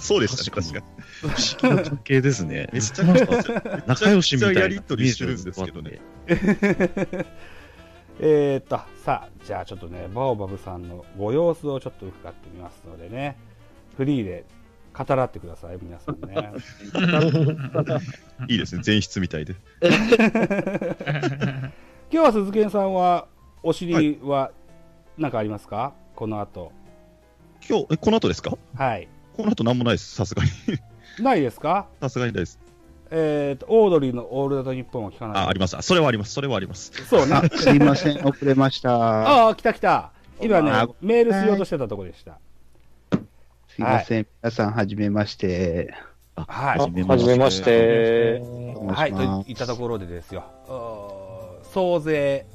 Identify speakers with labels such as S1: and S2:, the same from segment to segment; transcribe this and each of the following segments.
S1: そうですね、確かに。
S2: 不思議な関係ですね。
S1: めちゃくちゃ、
S2: 仲良しみたいな
S1: やりとりしてるんですけどね。
S3: えーっとさあじゃあちょっとねバオバブさんのご様子をちょっと伺ってみますのでねフリーで語らってください皆さんね
S1: いいですね、前室みたいで。
S3: 今日は鈴研さんはお尻は何かありますか、この後
S1: 今日、え、この後ですか
S3: はい
S1: この後なんもないです、さすがに。
S3: ないですか
S1: さすがにないです。
S3: えーっとオードリーの「オールナイトニッポン」を聞か
S1: あ、
S3: な
S1: あ
S3: い
S1: ります。あそれはあります。それはあります。
S3: そうね
S4: あ、すいません、遅れました。
S3: ああ来た来た今ね
S4: あ
S3: メールしようとしてたとこでした
S4: すいません、皆さん、はじめまして。
S3: はい
S2: はじめま
S5: はじめまし。
S3: は
S5: て。
S3: い、
S4: お願いしま
S3: と
S4: す
S3: いったところでですよ、うー総勢、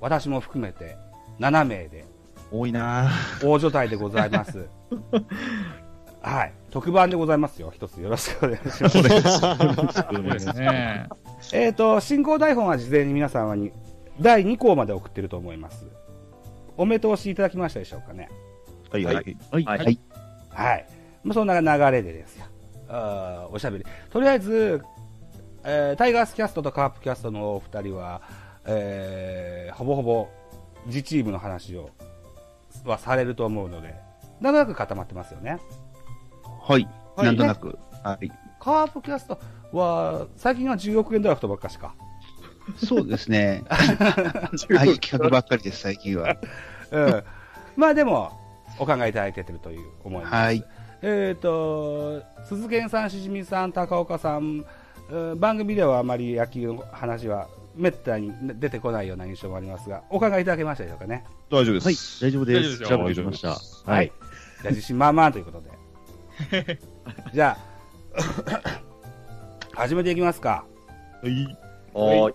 S3: 私も含めて7名で
S2: 多いな
S3: 大所帯でございます。はい、特番でございますよ、一つよろしくお願いします。
S6: そうですね。
S3: えっと、進行台本は事前に皆様に第2項まで送ってると思います。お目通しいただきましたでしょうかね。
S1: はいはい。
S2: はい。
S5: はい
S2: はい。
S3: はい。まあ、そんな流れでですよ。あーおしゃべり。とりあえず、えータイガースキャストとカープキャストのお二人は、えーほぼほぼ、自チームの話を、はされると思うので、なんとなく固まってますよね。
S4: はい、
S1: はい
S4: なんとなく。はい。
S3: カープキャストは、最近は10億円ドラフトばっかしか。
S4: そうですね。はい、企画ばっかりです、最近は。
S3: うん。まあでも、お考えいただいててるという思います。
S4: はい。
S3: えー、と鈴研さん、しじみさん、高岡さん、えー番組ではあまり野球の話はめったに出てこないような印象もありますが、お考えいただけましたでしょうかね。
S1: 大丈夫です。
S2: はい大丈夫で
S6: 大丈夫です
S2: す。
S6: よ
S2: ジャブが来ました。はい。
S3: じゃあ、自信満々ということで。じゃあ、 始めていきますか。
S1: はい
S5: は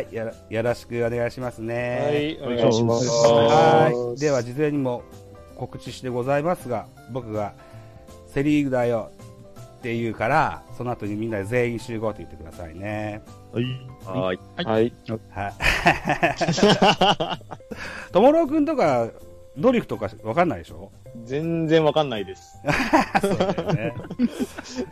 S3: は
S5: い。
S3: い、やらよろしくお願いしますね。
S5: お願いします。
S3: はいでは、事前にも告知してございますが、僕がセ・リーグだよって言うから、その後にみんなで全員集合って言ってくださいね。
S1: はい。
S5: はい。
S6: はい
S5: はい。
S3: はい。ともろくんとか、ドリフとかわかんないでしょ
S5: 全然わかんないです。
S3: そうだよね。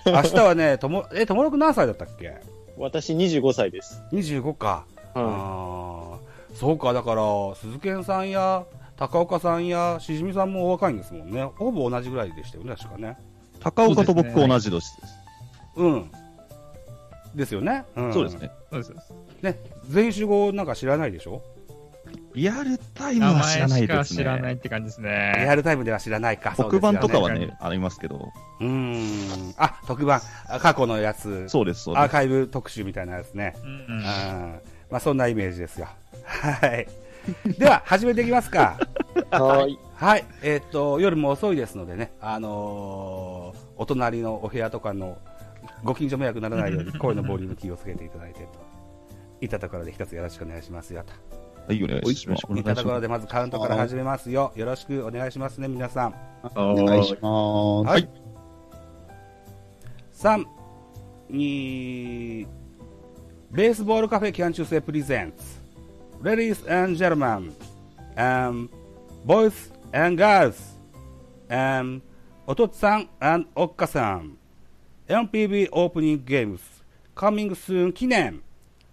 S3: 明日はね、とも、え、ともろくん何歳だったっけ
S5: 私25歳です。
S3: ?25 か。
S5: は
S3: あーそうか、だから、鈴研さんや、高岡さんや、しじみさんもお若いんですもんね。ほぼ同じぐらいでしたよね、確かね。
S1: 高岡と僕同じ年です。
S3: うん。ですよね。ん
S1: そうです。ね。
S6: そうですそうです。
S3: ね、全員集合なんか知らないでしょ
S1: リアルタイム
S6: 名
S1: は知ら
S6: 前
S1: ない
S6: し
S1: で
S6: か
S1: す
S6: 知らない
S1: ね。
S6: って感じです
S3: リア
S6: ね。
S3: ルタイムでは知らないか。
S1: 黒板とか
S3: は。
S1: はね、ありますけど。
S3: うーん。あ、特番。あ過去のやつ。
S1: そうです、そう
S3: アー
S1: です。
S3: カイブ特集みたいなやつね。
S6: うん
S3: あーまあそんなイメージですよ。はい。では、始めていきま すか。
S5: い。
S3: はい。えーっと、夜も遅いですのでね、あのーお隣のお部屋とかのご近所迷惑にならない ように声のボリューム気をつけていただいてと。いったところで一つよろしくお願いしますよと。
S1: はい、お願いします。
S3: いったところでまずカウントから始めますよ。よろしくお願いしますね、皆さん。
S4: お願いしま
S3: はい。3、2、ベースボールカフェキャンチューセプレゼンツ。Ladies and gentlemen, um, boys and girls, um, おとっさん and おっかさん、MPB オープニングゲームス、Coming Soon 記念、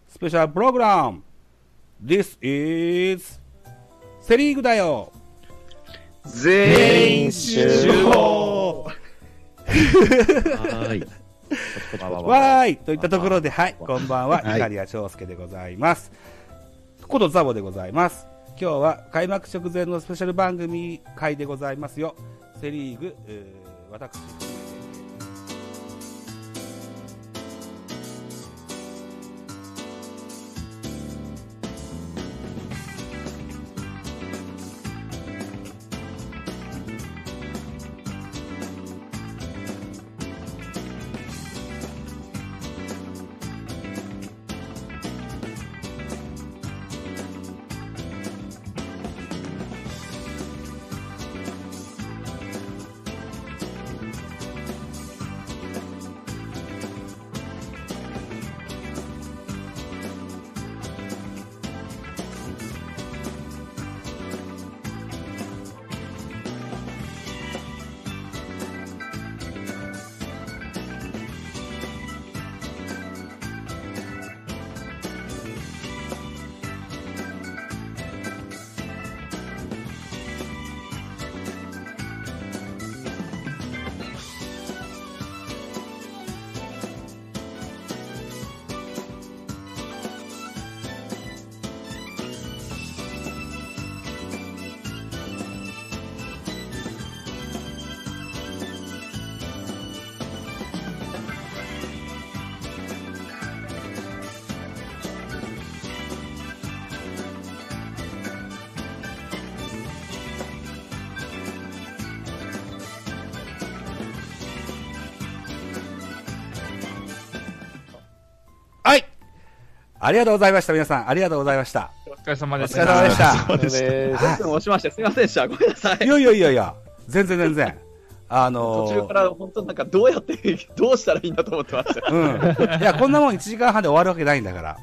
S3: スペシャルプログラム、This is セリーグだよ
S5: 全員集合
S2: はい。
S3: わーいといったところで、はい、こんばんは、イタリア長介でございます。ことザボでございます。今日は開幕直前のスペシャル番組会でございますよ。セリーグ、えー私。ありがとうございました、皆さん。ありがとうございました。
S6: お疲れ様でし
S3: お疲れ様で
S6: た。
S3: した。
S1: そうでした。
S5: ね
S3: はい
S7: 押しました。すみませんでした。ごめんなさい
S3: い。やいやいやいや、全然全然。あの
S7: 途
S3: ー
S7: 中から本当なんかどうやって どうしたらいいんだと思ってま した。
S3: うん。いや、こんなもん1時間半で終わるわけないんだから。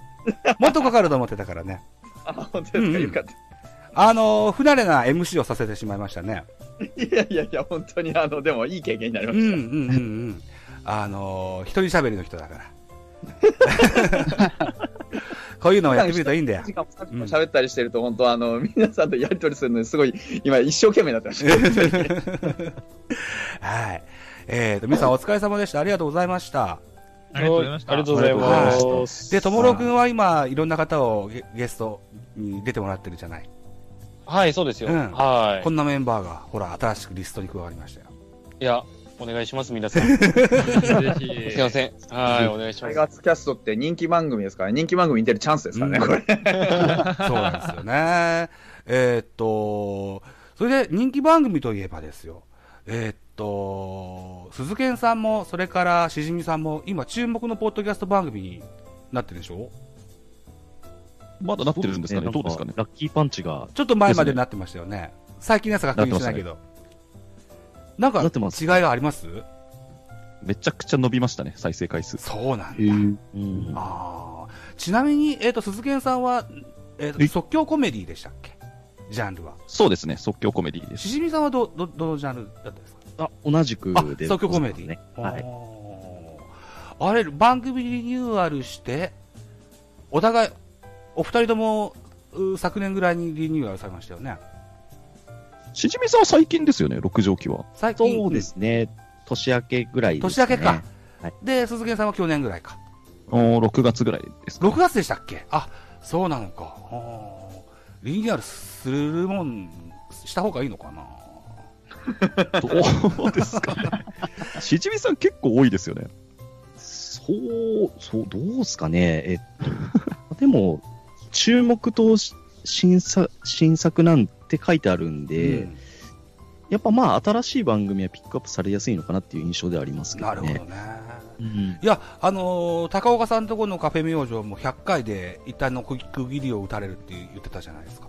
S3: もっとかかると思ってたからね。
S7: あ本当ですか、
S3: うん
S7: よかった。
S3: あのー不慣れな MC をさせてしまいましたね。
S7: いやいやいや、本当にあの、でもいい経験になり
S3: う
S7: ま
S3: んうんう
S7: し
S3: んうん。あのー一人喋りの人だから。こういうのをやってみるといいんだ
S7: た。
S3: よ
S7: 時。間もさっきも喋ったりしてると、本当あの、皆さんとやりとりするのにすごい、今一生懸命になってました。
S3: はい。えーと、皆さんお疲れ様でした。ありがとうございました。
S6: ありがとうございました。
S5: ありがとうございます。
S3: で、ともろくんは今、いろんな方をゲゲストに出てもらってるじゃない。
S5: はい、そうですよ。
S3: うん
S5: は
S3: こんなメンバーが、ほら、新しくリストに加わりましたよ。
S5: い。いや、お願いします、皆さん。 す
S6: ぜひ。
S5: いません。はい、お願いし
S7: タ
S5: ま
S7: イ
S5: す。
S7: ガースキャストって人気番組ですから、人気番組に出るチャンスですからね、
S3: うん
S7: これ。
S3: そうなんですよね。 えーっと、それで人気番組といえばですよ。えーっと、鈴賢さんも、それからしじみさんも、今注目のポッドキャスト番組になってるでしょ
S1: まだなってるんですかねどうですかね
S2: ラッキーパンチが、
S3: ちょっと前までになってましたよね。最近のやつは確認してないけど。なんか
S1: なってます
S3: 違いはあります
S1: めちゃくちゃ伸びましたね、再生回数。
S3: そうなんだ。
S2: うん
S3: あーちなみに、えーっと、鈴賢さんは、えーっと
S1: え
S3: 即興コメディでしたっけジャンルは。
S1: そうですね、即興コメディです。
S3: しじみさんはど、ど、どのジャンルだったんですか
S2: あ同じく
S3: あ
S2: で。
S3: 即興コメディ
S2: ね。
S3: は
S2: はいい。、
S3: あれ、番組リニューアルして、お互い、お二人ともう昨年ぐらいにリニューアルされましたよね。
S1: しじみさんは最近ですよね、六畳期は。
S3: 最近。
S2: そうですね。年明けぐらいです
S3: 年明
S2: ね
S3: けか。
S2: はい
S3: で、鈴木さんは去年ぐらいか。
S1: おー6月ぐらいですか。
S3: 6月でしたっけあ、そうなのか。あーリニューアルするもん、した方がいいのかな。
S1: どうですかね。しじみさん結構多いですよね。
S2: そう、そう、どうすかね。えっと、 でも、注目とし新作、新作なんて書いてあるんで、
S3: うん
S2: やっぱまあ、新しい番組はピックアップされやすいのかなっていう印象ではありますけど
S3: な
S2: ね。
S3: るほどね。
S2: うん
S3: いや、あのー高岡さんとこのカフェ明星も100回で一旦の区切りを打たれるって言ってたじゃないですか。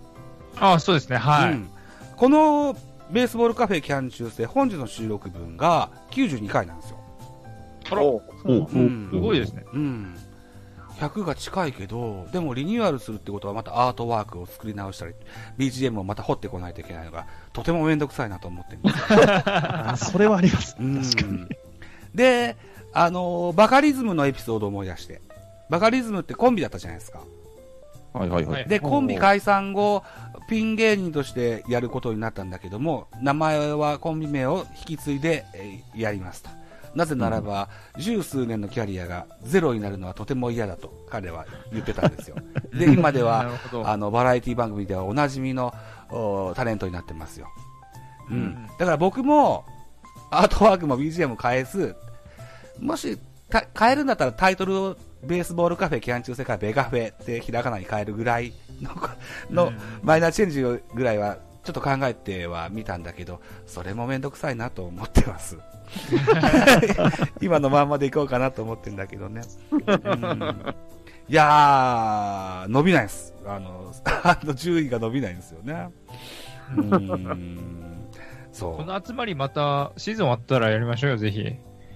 S6: あ、そうですね。は
S3: う
S6: い。
S3: んこのベースボールカフェキャン中世本日の収録分が92回なんですよ、
S6: あら
S7: お
S6: そう
S3: う
S6: す
S3: ん
S6: ごいですね。
S3: うん、100が近いけどでもリニューアルするってことはまたアートワークを作り直したり BGM をまた掘ってこないといけないのがとても面倒くさいなと思ってるんですよ
S2: あそれはあります。
S3: うん
S2: 確かに。
S3: で、あのーバカリズムのエピソードを思い出してバカリズムってコンビだったじゃないですか
S1: はいはいは。
S6: はいい
S3: で、コンビ解散後、ピン芸人としてやることになったんだけども、名前はコンビ名を引き継いでえーやりますと。なぜならば、十数年のキャリアがゼロになるのはとても嫌だと彼は言ってたん ですよ。で、今で
S6: な
S3: は、
S6: るほど。
S3: あの、バラエティ番組ではおなじみのおタレントになってますよ。う
S6: うんん。
S3: だから僕も、アートワークも BGM も変えず、もし、た変えるんだったらタイトルをベースボールカフェ、キャン中世界、ベカフェってひらがなに変えるぐらいの、の、マイナーチェンジぐらいは、ちょっと考えてはみたんだけど、それもめんどくさいなと思って ます。今のまんまでいこうかなと思ってんだけどね。うんいやー、伸びないです。あの、あの順位が伸びないんですよね。うん。そ
S6: こ
S3: う。
S6: の集まりまた、シーズン終わったらやりましょうよ、ぜひ。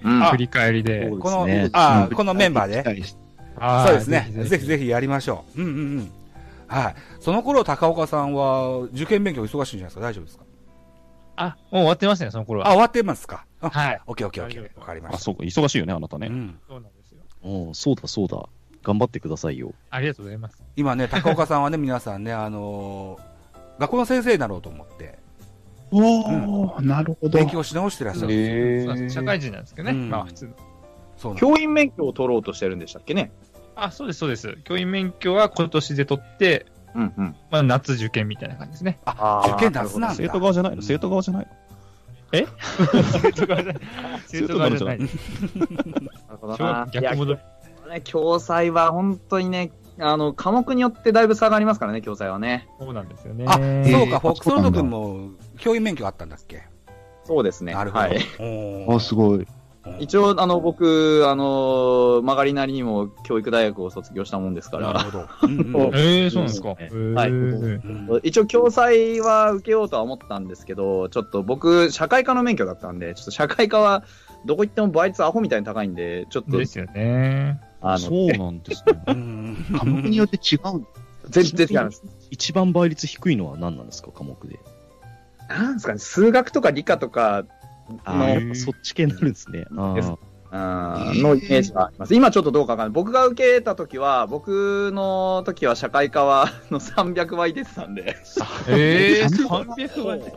S7: うん
S6: 振り返りで。
S3: この
S2: そうですね、
S3: あーこのメンバーで
S2: 期待して
S6: は
S3: そ
S6: いう
S3: ですね。ぜひぜひやりましょう。うんうんうん。はい。その頃、高岡さんは受験勉強忙しいんじゃないですか大丈夫ですか
S6: あ、もう終わってますね、その頃は。
S3: あ、終わってますかあ
S6: はい。
S3: オッケーオッケーオッケ
S6: 大丈
S3: ー。わかりま
S1: あ、
S3: し
S1: そうか、忙しいよね、あなた
S3: た。う
S1: ね。
S3: ん
S6: そうなんですよ。
S2: うん、そうだそうだ。頑張ってくださいよ。
S6: ありがとうございます。
S3: 今ね、高岡さんはね、皆さんね、あのー学校の先生になろうと思って、
S8: おー、なるほど。
S3: 勉強し直してらっしゃるんですよ。
S7: へ
S6: そうなんです社会人なんですけどね。
S3: うん
S6: まあ、普通の。
S3: そうなんです
S7: 教員免許を取ろうとしてるんでしたっけね。
S6: あ、そうです、そうです。教員免許は今年で取って、
S7: うんうん。
S6: まあ、夏受験みたいな感じですね。
S3: あ、受験夏なんだ。
S1: 生徒側じゃないの生徒側じゃないの
S6: 生徒側じゃない。生徒側じゃない。
S7: なるほど
S6: 小学
S7: な
S6: 校。逆戻り。
S7: いやね教材は本当にね、あの、科目によってだいぶ差がありますからね、教材はね。
S6: そうなんですよね。
S3: あ、そう
S2: え
S3: か、
S2: ー
S3: フォックスロード君も教員免許あったんだっけ
S7: そうですね。
S3: なるほど。
S7: はい。
S3: おー
S4: あ、すごい。
S7: 一応、あの、僕、あの、曲がりなりにも教育大学を卒業したもんですか
S3: なる
S7: ら、
S3: ほど。うんうん
S6: えー、そうなんですか。
S2: うん
S6: え
S7: はい
S6: ー
S3: うん
S7: 一応、共済は受けようとは思ったんですけど、ちょっと僕、社会科の免許だったんで、ちょっと社会科は、どこ行っても倍率アホみたいに高いんで、ちょっと
S6: で、すよね。
S7: あの、
S2: そうなんですね。
S3: うん
S4: 科目によって違うん
S7: 全然違うんです。
S2: 一番倍率低いのは何なんですか、科目で。
S7: なんですかね、数学とか理科とか
S2: あ
S7: の
S2: ー、やっぱそっち系になるんですね。あ
S7: です
S2: ー
S7: あーのイメージがあります。今ちょっとどうかわかんない。僕が受けた時は、僕の時は社会科はの300倍出てたんで、
S6: えー、
S4: 300
S6: 300倍。す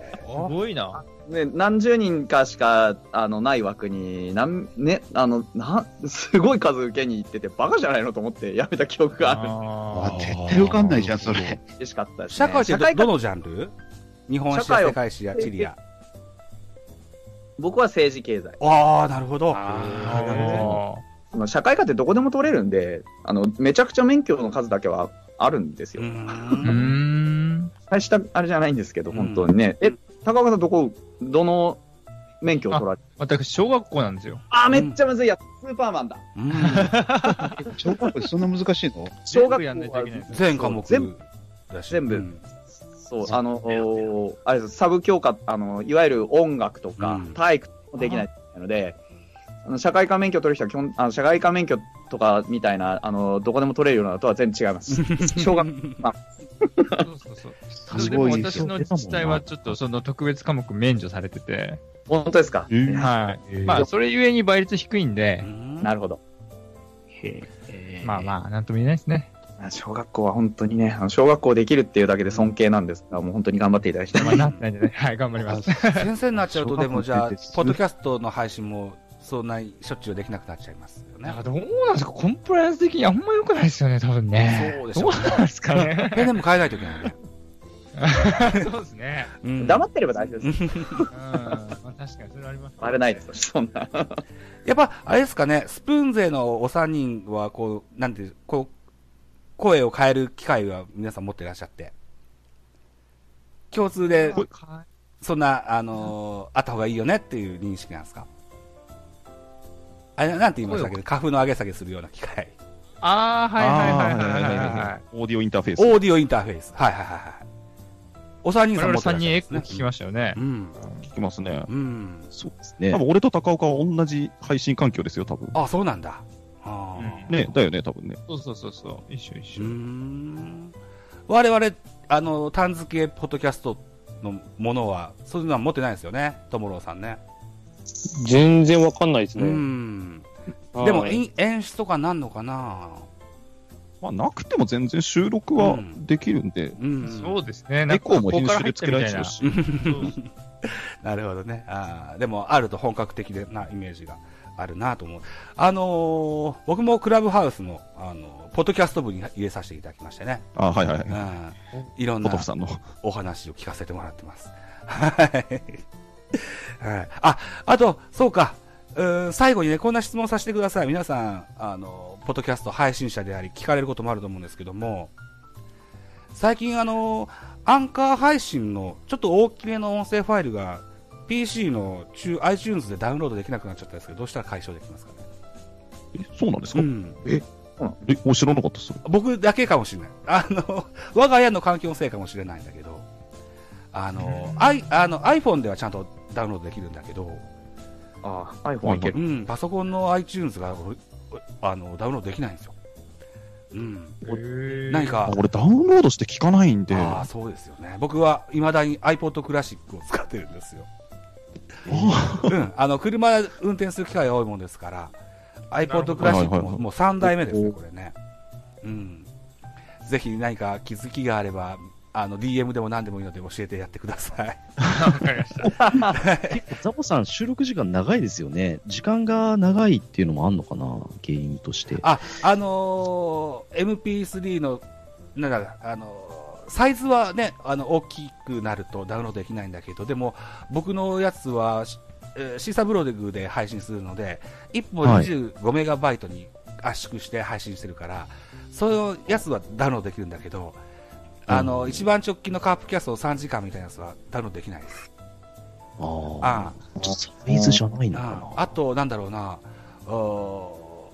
S6: ごいな。
S7: ね、何十人かしか、あの、ない枠に、なん、ね、あの、な、すごい数受けに行ってて、バカじゃないのと思ってやめた記憶がある
S6: あ
S4: わ絶対受かんないじゃん、それ。
S7: 嬉しかったです、ね。
S3: 社会って
S7: 社
S3: ど
S7: 会
S3: ど
S7: 科、
S3: のジャンル日本史や
S7: 社会を
S3: 世界史や地理や。
S7: 僕は政治経済。
S3: ああ、なるほど。
S6: ーなるほ
S7: まあ社会科ってどこでも取れるんで、あの、めちゃくちゃ免許の数だけはあるんですよ。
S3: う
S6: ど。うー
S3: ん
S6: ん。
S7: 大したあれじゃないんですけど、
S3: うん
S7: 本当にね。え、高岡さん、どこ、どの免許を取られて
S6: 私、小学校なんですよ。
S7: あー、めっちゃむずいやつ、スーパーマンだ。
S3: うん
S4: 小学校でそんな難しいの
S7: 小
S6: 全
S7: 学校
S6: 部やんないといけない
S7: は
S3: 全科目
S7: 全部
S3: だし。
S7: 全部
S3: うん
S7: そう、あの、おあれです、サブ教科、あの、いわゆる音楽とか
S3: うん、
S7: 体育もできないので、あの社会科免許取る人は基本、あの社会科免許とかみたいな、あの、どこでも取れるようなのとは全然違い ます。小
S6: そ
S7: 学
S6: うそうそう。
S4: す
S6: で
S4: ご
S6: も
S4: いです
S6: 私
S4: よ。
S6: の自治体はちょっとその特別科目免除されてて、
S7: 本当ですか
S1: えー
S6: はい。まあ、それゆえに倍率低いんで、
S7: なるほど。
S6: まあまあ、なんとも言えないですね。
S7: あ小学校は本当にね、あの小学校できるっていうだけで尊敬なんですが、もう本当に頑張っていただきたい。
S6: まあ、なってないんでね。はい、頑張ります。
S3: 先生になっちゃうと、でもじゃあ
S4: 小学校出て、す
S3: ポッドキャストの配信もそんなにしょっちゅうできなくなっちゃいますよ ね
S6: なん。かどうなんですかコンプライアンス的にあんま良くないですよね、多分ね。
S3: そうでしょうね
S6: どうなんですか ね。
S3: ペンでも変えないといけないね。
S6: そうですね。
S3: うん
S7: 黙ってれば大丈夫です。
S6: うん。まあ、確かにそれあります、
S7: バレないですよ、そんな。
S3: やっぱ、あれですかね、スプーン勢のお三人は、こう、なんていう、こう、声を変える機会は皆さん持ってらっしゃって。共通で、そんな、あのーあった方がいいよねっていう認識なんですかあれ、なんて言いましたっけ花粉の上げ下げするような機械。
S6: ああ、はいはいはいはいはいはいはい。
S1: オーディオインターフェース。
S3: オーディオインターフェース。はいはいはいはい。お三人
S6: 我
S3: さん
S6: 々
S3: 持って
S6: 3
S3: らっし
S6: 人
S3: ゃ
S6: エッ
S3: るんです
S6: グ聞
S3: ね。
S6: きましたよね
S3: う。ん。
S1: 聞きますね。
S3: うん。
S2: そうですね
S1: 多。分俺と高岡は同じ配信環境ですよ、多分。
S3: あ、そうなんだ。あー
S1: ね、だよね、多分ね。
S6: そうそうそうそう。一緒一緒。
S3: うーん。我々、あの、タン付けポッドキャストのものは、そういうのは持ってないですよね。トモローさんね。
S5: 全然わかんないです
S3: う
S5: ね。
S3: ん。でも、
S5: はい
S3: い演出とかなんのかな
S1: まあ、なくても全然収録はできるんで、
S3: うん。
S6: そうですね。
S1: エコーも編集でつ
S6: つ
S1: けられちゃうし。
S3: なるほどね。あーでも、あると本格的なイメージがあるなと思う。あのー僕もクラブハウスの、あのーポッドキャスト部に入れさせていただきましてね。
S1: あ、はいはいは
S3: う
S1: い。
S3: ん。いろん
S1: ポ
S3: な
S1: トフさんの。
S3: お話を聞かせてもらってます。はい。はい。あ、あと、そうか。うーん最後にね、こんな質問させてください。皆さん、あの、ポッドキャスト配信者であり、聞かれることもあると思うんですけども、最近、あの、アンカー配信の、ちょっと大きめの音声ファイルが、PC の中 iTunes でダウンロードできなくなっちゃったんですけど、どうしたら解消できますかね。
S1: え、そうなんです
S3: う
S1: か
S3: ん。
S1: え、もう知らなかったっすよ。
S3: 僕だけかもしれない。あの、 我が家の環境のせいかもしれないんだけど、あの、I、あの iPhone ではちゃんとダウンロードできるんだけど、
S7: ああ、iPhone いける。
S3: うん、パソコンの iTunes が、おおあの、ダウンロードできないんですよ。うん。 何か、
S1: 俺ダウンロードして聞かないんで、
S3: ああ、そうですよね。僕は未だに iPod クラシックを使ってるんですよ。うん、あの、車運転する機会が多いもんですから、iPod クラシッ
S1: は
S3: ク
S1: いはい
S3: も
S1: はい
S3: もう3代目ですね、これね。うん。ぜひ何か気づきがあれば、あの、DM でも何でもいいので教えてやってください。
S6: わかりました。
S2: ザボさん、収録時間長いですよね。時間が長いっていうのもあんのかな、原因として。
S3: あ、あのー MP3 の、なんだ、あのーサイズはね、あの、大きくなるとダウンロードできないんだけど、でも、僕のやつは、しえーシーサブログで配信するので、1本
S2: はい
S3: 25メガバイトに圧縮して配信してるから、そのやつはダウンロードできるんだけど、あの、一番直近のカープキャストの3時間みたいなやつはダウンロードできないです。
S2: あ
S3: あ
S2: あ、ちょっとサイズじゃない
S3: あ
S2: の
S3: あ
S2: か
S3: あと、なんだろうな、お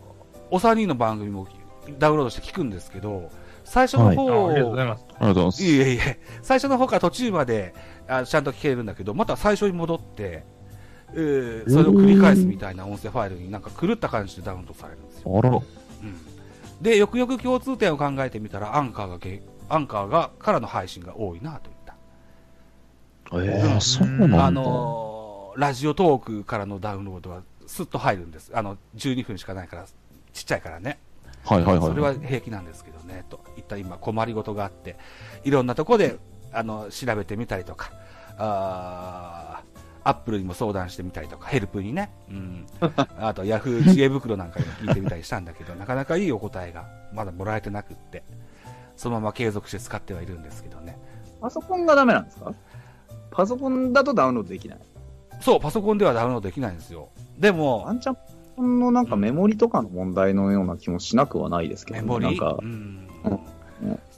S3: お3人の番組もダウンロードして聞くんですけど、最初の方
S6: あありがとうございます。
S1: ありがとうございます。
S3: いえいえ、最初の方から途中まであちゃんと聞けるんだけど、また最初に戻って、えーそれを繰り返すみたいな音声ファイルになんか狂った感じでダウンロードされるんですよ。
S1: あら、
S3: うん、で、よくよく共通点を考えてみたら、アンカーがけ、アンカーが、からの配信が多いなといった。
S2: な。ええそうなんだ。
S3: あのーラジオトークからのダウンロードはスッと入るんです。あの、12分しかないから、ちっちゃいからね。
S1: はいはいはい。
S3: それは平気なんですけどね、といった今、困りごとがあって、いろんなとこであの調べてみたりとか、あーアップルにも相談してみたりとか、ヘルプにね、 うん、あとヤフー知恵袋なんかにも聞いてみたりしたんだけど、なかなかいいお答えがまだもらえてなくって、そのまま継続して使ってはいるんですけどね。
S7: パソコンがダメなんですかパソコンだとダウンロードできない。
S3: そう、パソコンではダウンロードできないんですよ。で
S7: ワ
S3: も、
S7: ンチャン、パソコンのなんかメモリとかの問題のような気もしなくはないですけど、
S3: メ
S7: ね、
S3: モ
S7: な
S3: リ
S7: んか
S3: う、ん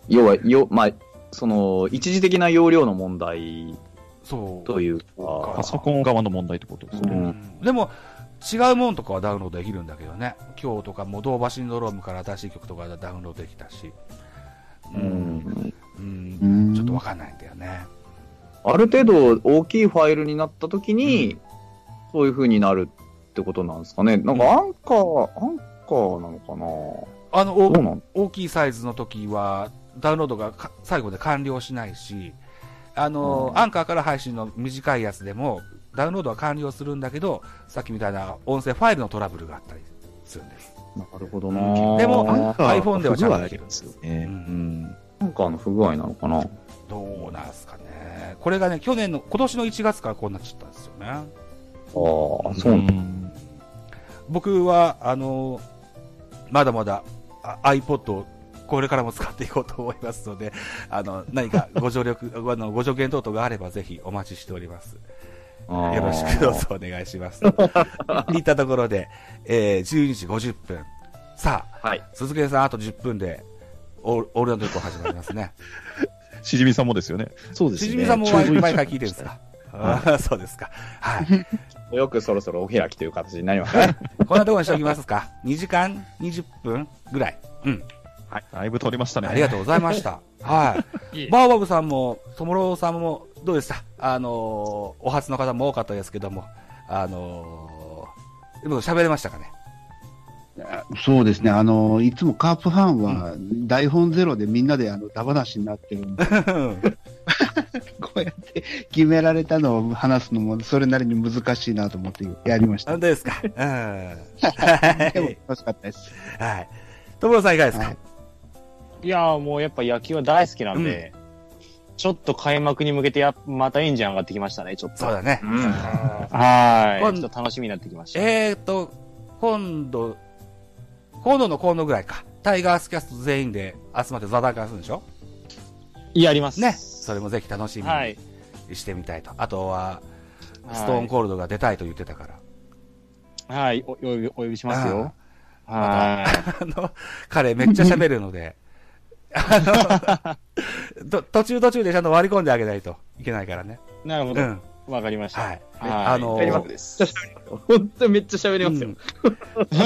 S7: 要は、よまあ、その、一時的な容量の問題
S3: そう。
S7: という
S3: か
S1: パ
S7: か、
S1: ソコン側の問題ってことです
S7: う
S1: ね。
S7: ん
S3: でも、違うものとかはダウンロードできるんだけどね。今日とか、モドーバシンドロームから新しい曲とかダウンロードできたし。う。
S7: うんん、
S3: うん。
S4: ん
S3: ちょっとわかんないんだよね。
S7: ある程度大きいファイルになったときに、そういう風になるってことなんですかね。なんかアンカー、アンカーなのかな
S3: あの、
S7: ど
S3: お
S7: うなん
S3: 大きいサイズの時は、ダウンロードがか最後で完了しないし、あの、
S7: うん
S3: アンカーから配信の短いやつでも、ダウンロードは完了するんだけど、さっきみたいな音声ファイルのトラブルがあったりするんです。
S7: なるほどな
S3: でも
S7: アン
S3: iPhone ではちゃんと
S2: あ
S3: でき
S2: り
S3: るん
S2: ま
S3: です
S2: す
S3: よ
S2: よね。
S3: う
S2: うんん。
S7: アンカーの不具合なのかな
S3: どうなんすかね。これがね、去年の、今年の1月からこうなっちゃったんですよね。
S7: ああ、そうなんだ。
S3: 僕は、あの、まだまだあ iPod をこれからも使っていこうと思いますので、あの、何かご助力、 あの、ご助言等々があればぜひお待ちしております。
S7: あー
S3: よろしくどうぞお願いします。いったところで、えー、12時50分。さあ、
S7: はい
S3: 鈴木さんあと10分で、オールオールナイト日本始まりますね。
S1: しじみさんもですよね。
S2: そうですね。
S3: しじみさんも
S2: ちょうどいい
S3: 毎回聞いてるんですかあー そうですか。はい。
S7: よくそろそろお開きという形になりましたね。
S3: こんなところにしておきますか。2時間20分ぐらい。うん。
S1: だいぶ取りましたね。
S3: ありがとうございました。はい。バーバブさんも、トモローさんも、どうでしたあのーお初の方も多かったですけども、あのー、うまく喋れましたかね。
S4: そうですね、あの、いつもカープファンは、台本ゼロでみんなであの、ダバなしになってるんで、 こうやって決められたのを話すのも、それなりに難しいなと思ってやりました
S3: 本。当ですか。うん。は
S4: でも
S3: い。、
S4: 楽しかったです。
S3: はい。トモローさんいかがですか、
S4: はい
S5: いやーもうやっぱ野球は大好きなんで、ちょっと開幕に向けてやまたエンジン上がってきましたね、ちょっと。
S3: そうだね。
S5: は
S3: 今
S5: ーい。ちょっと楽しみになってきました。
S3: えーと、今度、今度の今度ぐらいか。タイガースキャスト全員で集まって座談会するんでしょ
S5: やります。
S3: ね。それもぜひ楽しみに。
S5: はい。
S3: してみたいと。あとは、ストーンコールドが出たいと言ってたから。
S5: はい。お、お呼び、お呼びしますよ。
S3: あ
S5: は
S3: あの、彼めっちゃ喋るので、あの、と途中途中でちゃんと割り込んであげないといけないからね。
S5: い。なる
S3: う
S5: ほ
S3: ん。
S5: ど。
S3: はい。
S5: わかりました。はい。
S3: あの
S7: やりますめっちゃ喋りますよ。本当にめっちゃ喋りますよ。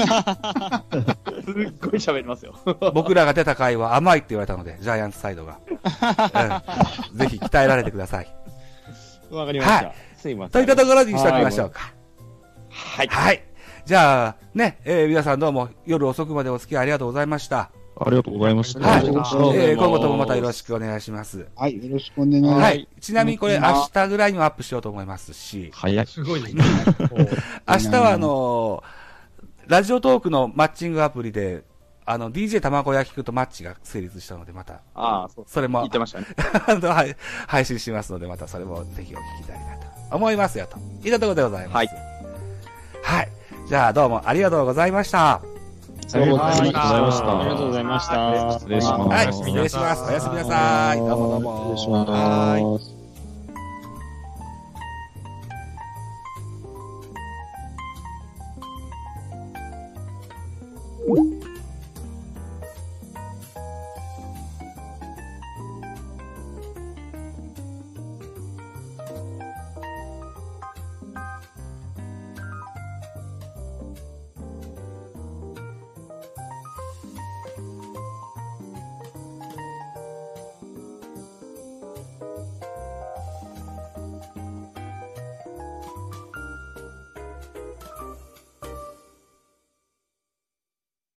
S7: すっごい喋りますよ。
S3: うん僕らが出た回は甘いって言われたので、ジャイアンツサイドが。うんぜひ鍛えられてください。
S5: わかりました。
S3: は
S5: すいません。
S3: といったところにしておきましょうか。
S7: はい。
S3: はい。じゃあ、ね、えー皆さんどうも夜遅くまでお付き合いありがとうございました。
S1: ありがとうございました。
S3: はい。え
S5: がとうございます
S3: ー今後ともまたよろしくお願いします。
S4: はい、よろしくお願いします。
S3: はい。ちなみにこれ明日ぐらいにもアップしようと思いますし、
S1: 早い。
S6: すごいですね。
S3: 明日はあのーラジオトークのマッチングアプリで、あの、DJ 卵焼きくんとマッチが成立したので、また、
S7: ああ、そう。
S3: それも、
S7: 言ってましたね。
S3: あのはい配信しますので、またそれもぜひお聞きいただきたいと思いますよ、と。いったところでございます。
S7: はい。
S3: はい。じゃあ、どうもありがとうございました。
S5: ありがとうございまし。
S6: ありがとうございましたた
S5: ありがとうございました。
S1: 失礼します。
S3: はい、失礼します。おやすみなさい。どうもどうも。
S5: はーい。
S9: Woo!